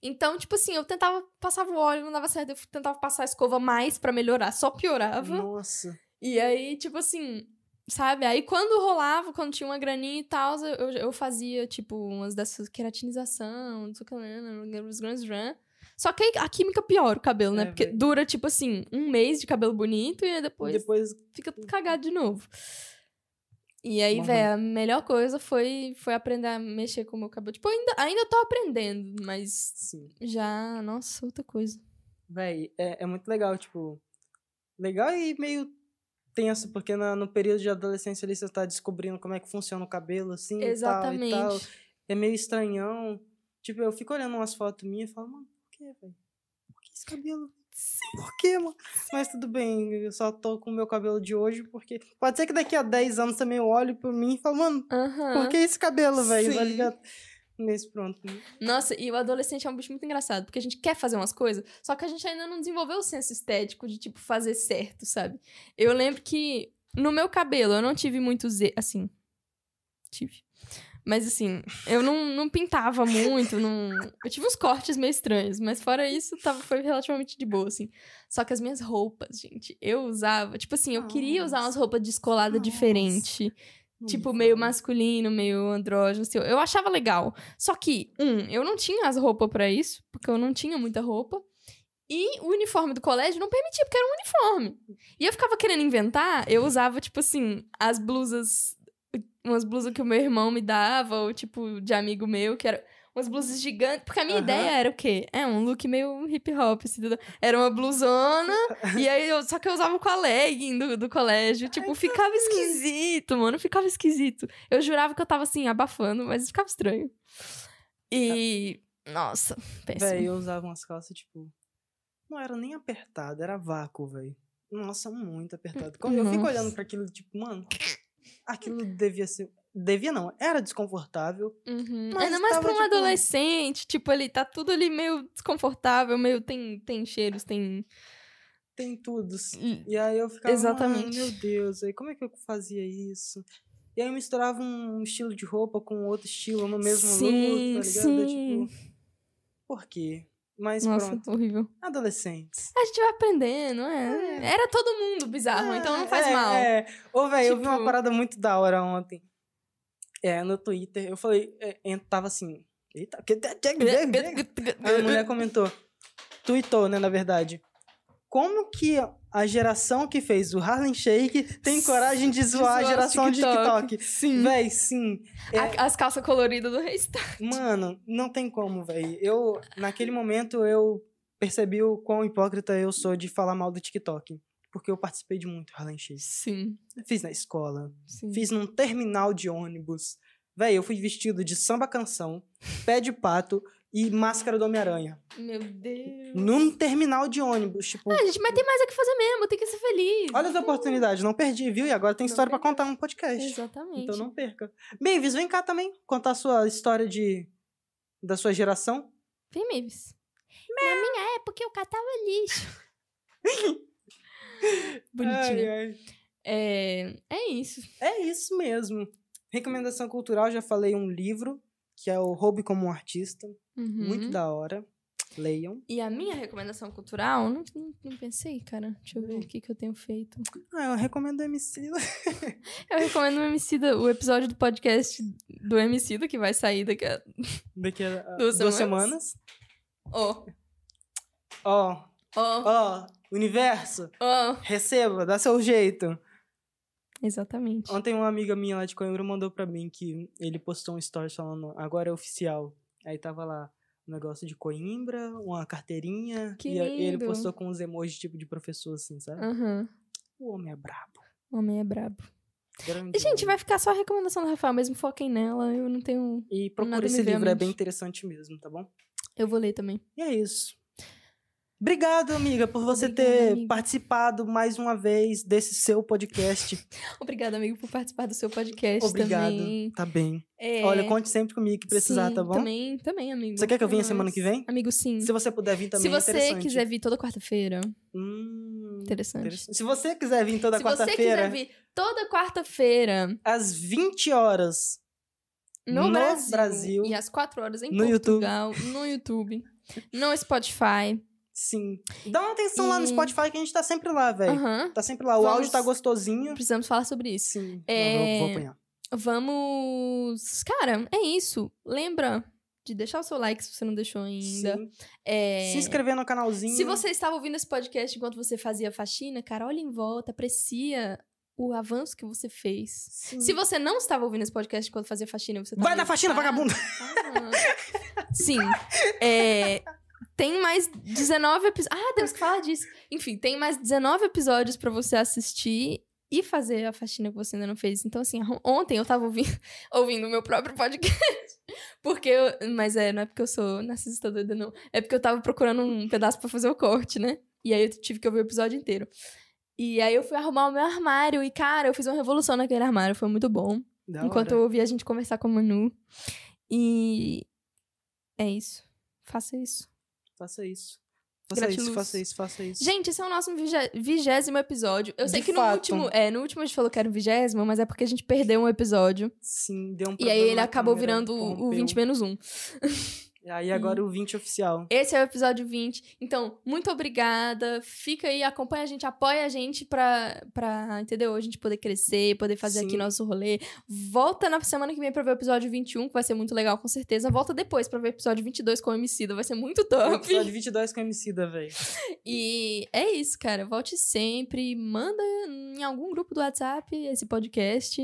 Então, tipo assim, eu tentava, passava o óleo, não dava certo, eu tentava passar a escova mais pra melhorar, só piorava. Uhum. Nossa. E aí, tipo assim, sabe? Aí quando rolava, quando tinha uma graninha e tal, eu, eu fazia, tipo, umas dessas queratinização, não sei o que, né, né, os grandes run. Só que aí a química piora o cabelo, né? É, Porque véi. dura, tipo assim, um mês de cabelo bonito e aí depois Depois, fica cagado de novo. E aí, Mamãe. velho, a melhor coisa foi, foi aprender a mexer com o meu cabelo. Tipo, eu ainda, ainda tô aprendendo, mas sim. já, nossa, outra coisa. Véi, é, é muito legal, tipo. Legal e meio tenso, porque na- no período de adolescência ali você tá descobrindo como é que funciona o cabelo, assim, e Exatamente. tal e tal. É meio estranhão. Tipo, eu fico olhando umas fotos minhas e falo, mano, por que, velho? Por que esse cabelo? Por que, mano? Mas tudo bem, eu só tô com o meu cabelo de hoje porque. Pode ser que daqui a 10 anos também eu olhe pra mim e falo, mano, Aham. por que esse cabelo, velho? Tá Sim. ligado? Nesse pronto. Nossa, e o adolescente é um bicho muito engraçado, porque a gente quer fazer umas coisas, só que a gente ainda não desenvolveu o senso estético de, tipo, fazer certo, sabe? Eu lembro que no meu cabelo eu não tive muitos e- assim. Tive. Mas assim, eu não, não pintava muito, não... eu tive uns cortes meio estranhos, mas fora isso, tava, foi relativamente de boa, assim. Só que as minhas roupas, gente, eu usava, tipo assim, eu queria usar umas Nossa. roupas descoladas Nossa. diferente. Não Tipo, me meio fala. masculino, meio andrógeno. Assim, eu- eu achava legal. Só que, um, eu não tinha as roupas pra isso, porque eu não tinha muita roupa. E o uniforme do colégio não permitia, porque era um uniforme. E eu ficava querendo inventar, eu usava, tipo assim, as blusas. Umas blusas que o meu irmão me dava, ou tipo, de amigo meu, que era. Umas blusas gigantes. Porque a minha Aham. ideia era o quê? É um look meio hip hop, assim, tudo. Era uma blusona, e aí eu, só que eu usava com a legging do, do colégio. Tipo, ficava esquisito, mano. Ficava esquisito. Eu jurava que eu tava assim, abafando, mas ficava estranho. E. Nossa, péssimo. Véi, eu usava umas calças, tipo. Não era nem apertada, era vácuo, velho. Nossa, muito apertado. Quando eu fico Nossa. olhando pra aquilo, tipo, mano, aquilo devia ser. Devia não, era desconfortável. Uhum. Mas Ainda mais tava, pra um tipo- adolescente, tipo, ele tá tudo ali meio desconfortável, meio tem, tem cheiros, tem. Tem tudo. E aí eu ficava, Exatamente. Exatamente. meu Deus, aí como é que eu fazia isso? E aí eu misturava um estilo de roupa com outro estilo no mesmo Sim, look, tá ligado? sim. Tipo, por quê? Mas Nossa, pronto, horrível. adolescentes. A gente vai aprendendo, é. Era todo mundo bizarro, então não faz É, mal. É. Ô, velho, eu vi uma Tipo- parada muito da hora ontem. É, no Twitter, eu falei, é, en- tava assim. Eita, que- que- que- que- que- Aí a mulher comentou. Tweetou, né, na verdade. Como que a geração que fez o Harlem Shake tem coragem de zoar a zoar o geração TikTok. de TikTok? Sim. Véi, sim. A- As calças coloridas do Reistar. Mano, não tem como, véi. Eu, naquele momento, eu percebi o quão hipócrita eu sou de falar mal do TikTok. Porque eu participei de muito Harlem Shake. Sim, Fiz na escola, sim. fiz num terminal de ônibus. Véi, eu fui vestido de samba canção, pé de pato e máscara do Homem-Aranha. Meu Deus. num terminal de ônibus. Tipo, Ah, gente, mas tem mais o que fazer mesmo, tem que ser feliz. olha as oportunidades, não perdi, viu? E agora tem Não história pra perdeu. contar num podcast. Exatamente. Então não perca. Mavis, vem cá também contar a sua história de da sua geração. Vem, Mavis. Na minha época eu catava lixo. [LAUGHS] Bonitinha. Ai, ai. É, é isso. É isso mesmo. Recomendação cultural, já falei um livro, que é o Hobby como um Artista. Uhum. Muito da hora. Leiam. E a minha recomendação cultural, não, não, não pensei, cara. Deixa eu Uhum. ver o que, que eu tenho feito. Ah, eu recomendo MC. Eu recomendo o Emicida, o episódio do podcast do Emicida, que vai sair daqui a... Daqui a a Duas duas, semanas? semanas. Ó, Ó, ó, ó, universo, ó. receba, dá seu jeito. Exatamente. Ontem uma amiga minha lá de Coimbra mandou pra mim que ele postou um story falando agora é oficial. Aí tava lá um negócio de Coimbra, uma carteirinha. Que e a- ele lindo. Ah. postou com uns emojis tipo de professor, assim, sabe? Aham. O homem é brabo. O homem é brabo. grande E, gente, homem. vai ficar só a recomendação do Rafael, mesmo foquem nela. Eu não tenho. E procura nada esse me vem à livro, é mente. bem interessante mesmo, tá bom? Eu vou ler também. E é isso. Obrigado, amiga, por você Obrigada, ter amiga. participado mais uma vez desse seu podcast. Obrigada, amigo, por participar do seu podcast Obrigado. também. Tá bem. É, Olha, conte sempre comigo que precisar, sim, tá bom? Também, também, amigo. Você quer que eu É venha nóis. semana que vem? Amigo, sim. Se você puder vir também, Se é você interessante. quiser vir toda quarta-feira, Hum, interessante. Interessante. Se você quiser vir toda Se você quiser quarta-feira, vir toda quarta-feira às 20 horas, no, No Brasil, Brasil. e às 4 horas em No YouTube. Portugal, no YouTube, no Spotify. sim. Dá uma atenção lá no E- Spotify que a gente tá sempre lá, velho. Aham. Tá sempre lá. O Vamos- áudio tá gostosinho. Precisamos falar sobre isso. Sim. É, Vou, vou apanhar. Vamos. Cara, é isso. Lembra de deixar o seu like se você não deixou ainda. Sim. É, Se inscrever no canalzinho. Se você estava ouvindo esse podcast enquanto você fazia faxina, cara, olha em volta, aprecia o avanço que você fez. Sim. Se você não estava ouvindo esse podcast enquanto fazia faxina, você tá Vai meio na faxina, ocupado. [LAUGHS] vagabundo! Ah. [LAUGHS] Sim. É, tem mais 19 episódios. Ah, temos que falar disso. Enfim, tem mais 19 episódios pra você assistir e fazer a faxina que você ainda não fez. Então, assim, arrum- ontem eu tava ouvindo, [LAUGHS] ouvindo o meu próprio podcast. [LAUGHS] Porque eu. Mas é, não é porque eu sou narcisista doida, não. É porque eu tava procurando um pedaço pra fazer o corte, né? E aí eu tive que ouvir o episódio inteiro. E aí eu fui arrumar o meu armário. E, cara, eu fiz uma revolução naquele armário. Foi muito bom. Da Enquanto hora. eu ouvia a gente conversar com a Manu. E é isso. Faça isso. Faça isso. Faça Gratiluz. isso, faça isso, faça isso. Gente, esse é o nosso vigé- vigésimo episódio. Eu sei De que no fato. último. É, no último a gente falou que era o vigésimo, mas é porque a gente perdeu um episódio. Sim, deu um e aí problema ele na acabou câmera, virando o- o corrompeu. 20 menos um Aí agora o 20 oficial. [LAUGHS] Esse é o episódio 20. Então, muito obrigada. Fica aí, acompanha a gente, apoia a gente pra, pra entendeu? A gente poder crescer, poder fazer aqui Sim. nosso rolê. Volta na semana que vem pra ver o episódio 21, que vai ser muito legal, com certeza. Volta depois pra ver o episódio 22 com o Emicida, vai ser muito O top. episódio 22 com a MC da, velho. E é isso, cara. Volte sempre. Manda em algum grupo do WhatsApp esse podcast.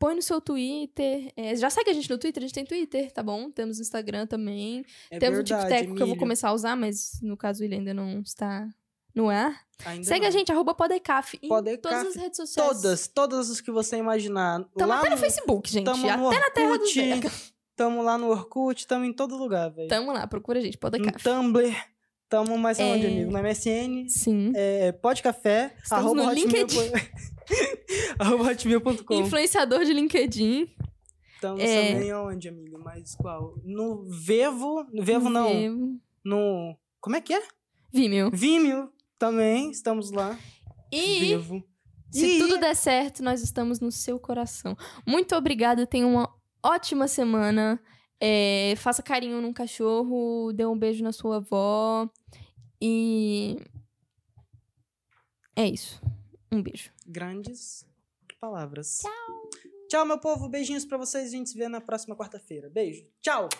Põe no seu Twitter. É, já segue a gente no Twitter, a gente tem Twitter, tá bom? Temos o Instagram também. É Temos verdade, um tic-teco que eu vou Emílio. começar a usar, mas no caso ele ainda não está no ar. Ainda Segue não. a gente, arroba Podecaf, em Podecaf, todas as redes sociais. Todas, todas as que você imaginar. Tamo lá até no no- Facebook, gente. Tamo no Até Orkut, na terra do Zé. Tamo lá no Orkut, tamo em todo lugar, velho. Tamo lá, procura a gente, No Podecaf. Tumblr, tamo mais É. onde, amigo? Na MSN, Sim. é, Pode Café, Estamos arroba no hotmail LinkedIn. po- [LAUGHS] arroba hotmail.com. Influenciador de LinkedIn. Estamos É. também aonde, amigo? Mas qual? No Vevo, no Vevo não, Vivo. no... Como é que é? Vimeo. Vimeo também, estamos lá. E Vevo. Se E- tudo der certo, nós estamos no seu coração. Muito obrigada, tenha uma ótima semana. É, faça carinho num cachorro, dê um beijo na sua avó. E. É isso. Um beijo. Grandes palavras. Tchau. Tchau, meu povo. Beijinhos pra vocês. A gente se vê na próxima quarta-feira. Beijo. Tchau.